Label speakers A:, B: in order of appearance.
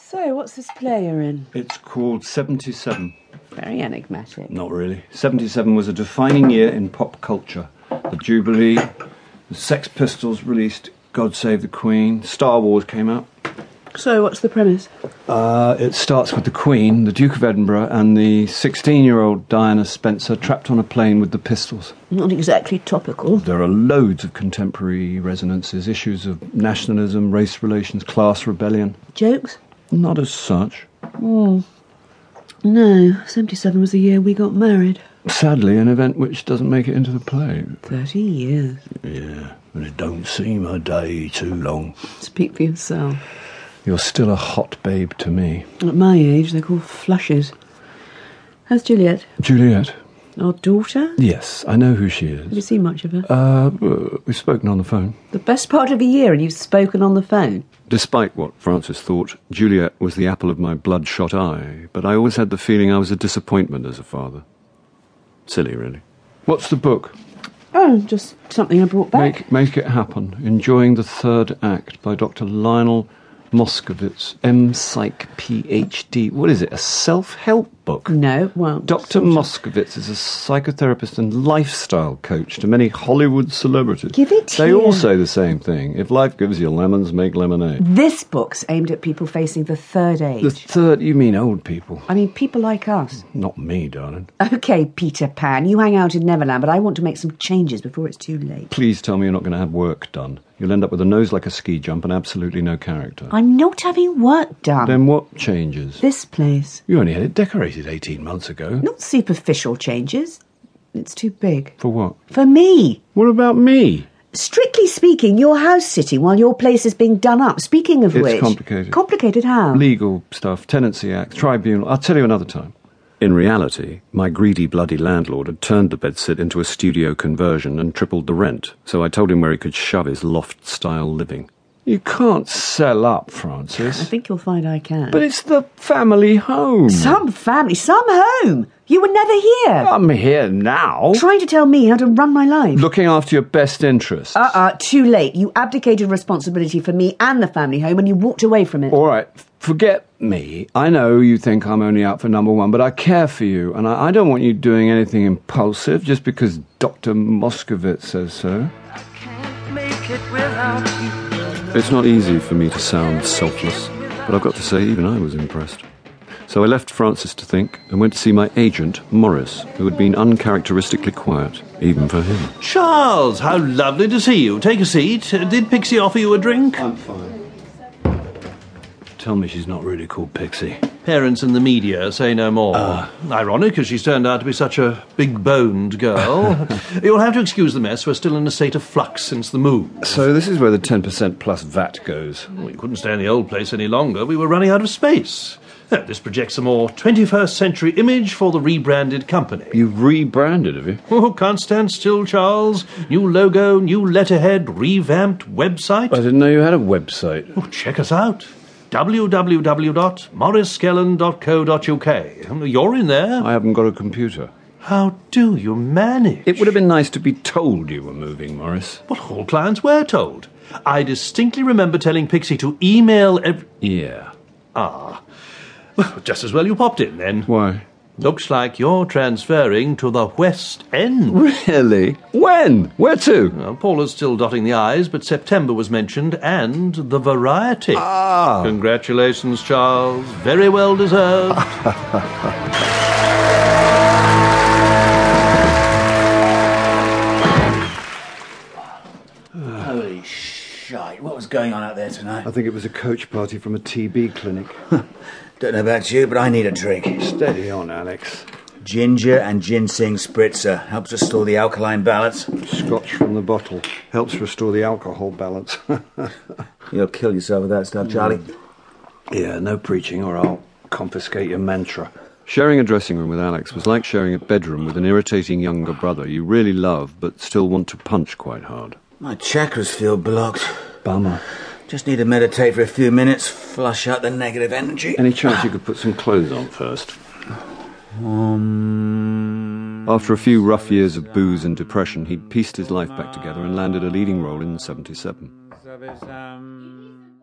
A: So, what's this play you're in?
B: It's called 77.
A: Very enigmatic.
B: Not really. 77 was a defining year in pop culture. The Jubilee, the Sex Pistols released God Save the Queen, Star Wars came out.
A: So, what's the premise?
B: Uh, it starts with the Queen, the Duke of Edinburgh, and the 16 year old Diana Spencer trapped on a plane with the pistols.
A: Not exactly topical.
B: There are loads of contemporary resonances, issues of nationalism, race relations, class rebellion.
A: Jokes?
B: Not as such.
A: Hmm. No. 77 was the year we got married.
B: Sadly, an event which doesn't make it into the play.
A: 30 years.
B: Yeah, and it don't seem a day too long.
A: Speak for yourself.
B: You're still a hot babe to me.
A: At my age, they're called flushes. How's Juliet?
B: Juliet?
A: Our daughter?
B: Yes, I know who she
A: Have you
B: is.
A: seen much of her?
B: Uh, we've spoken on the phone.
A: the best part of a year, and you've spoken on the phone.
B: Despite what Francis thought, Juliet was the apple of my bloodshot eye, but I always had the feeling I was a disappointment as a father. Silly, really. What's the book?
A: Oh, just something I brought back.
B: Make, Make It Happen Enjoying the Third Act by Dr. Lionel Moskowitz, M. Psych, PhD. What is it? A self help book?
A: No, well,
B: Dr. Moskowitz is a psychotherapist and lifestyle coach to many Hollywood celebrities.
A: Give it
B: They
A: here.
B: all say the same thing. If life gives you lemons, make lemonade.
A: this book's aimed at people facing the third age.
B: The third, you mean old people.
A: I mean, people like us.
B: Not me, darling.
A: Okay, Peter Pan, you hang out in Neverland, but I want to make some changes before it's too late.
B: Please tell me you're not going to have work done. You'll end up with a nose like a ski jump and absolutely no character.
A: I'm not having work done.
B: Then what changes?
A: This place.
B: You only had it decorated 18 months ago.
A: Not superficial changes. It's too big.
B: For what?
A: For me.
B: What about me?
A: Strictly speaking, your house sitting while your place is being done up. Speaking of
B: It's
A: which.
B: complicated.
A: Complicated how?
B: legal stuff, tenancy act, tribunal. I'll tell you another time. In reality, my greedy bloody landlord had turned the bedsit into a studio conversion and tripled the rent, so I told him where he could shove his loft style living. You can't sell up,
A: I
B: Francis.
A: think you'll find I can.
B: But it's the family home.
A: some family, some home. You were never here.
B: I'm here now.
A: Trying to tell me how to run my life.
B: Looking after your best interests.
A: Uh uh too late. You abdicated responsibility for me and the family home and you walked away from it.
B: All right, forget me. I know you think I'm only out for number one, but I care for you, and I, I don't want you doing anything impulsive just because Dr. Moskovitz says so. It's not easy for me to sound selfless, but I've got to say, even I was impressed. So I left Francis to think and went to see my agent, Morris, who had been uncharacteristically quiet, even for him.
C: Charles, how lovely to see you. Take a seat. Uh, Did Pixie offer you a drink?
B: I'm fine. Tell me she's not really called Pixie.
C: Parents and the media say no more. Ironic, as she's turned out to be such a big boned girl. You'll have to excuse the mess. We're still in a state of flux since the move.
B: So this is where the 10% plus VAT goes.
C: We couldn't stay in the old place any longer. We were running out of space. Uh, This projects a more 21st century image for the rebranded company.
B: You've rebranded, have you?
C: Oh, can't stand still, Charles. New logo, new letterhead, revamped website.
B: I didn't know you had a website.
C: Oh, check us out. www.morrisskellen.co.uk. You're in there.
B: I haven't got a computer.
C: How do you manage?
B: It would have been nice to be told you were moving, Morris.
C: Well, all clients were told. I distinctly remember telling Pixie to email every.
B: Yeah.
C: Ah. Well, just as well you popped in then.
B: Why?
C: Looks like you're transferring to the West End.
B: Really? When? Where to?
C: Well, Paula's still dotting the I's, but September was mentioned, and the variety. Ah! Congratulations, Charles. Very well deserved.
D: Holy shite, what was going on out there tonight?
B: I think it was a coach party from a TB clinic.
D: Don't know about you, but I need a drink.
B: Steady on, Alex.
D: Ginger and ginseng spritzer helps restore the alkaline balance.
B: Scotch from the bottle helps restore the alcohol balance.
D: You'll kill yourself with that stuff, Charlie.
B: yeah, no preaching or I'll confiscate your mantra. Sharing a dressing room with Alex was like sharing a bedroom with an irritating younger brother you really love but still want to punch quite hard.
D: My chakras feel blocked.
B: Bummer.
D: Just need to meditate for a few minutes, flush out the negative energy.
B: Any chance you could put some clothes on first? Um, After a few rough years of booze and depression, he pieced his life back together and landed a leading role in 77.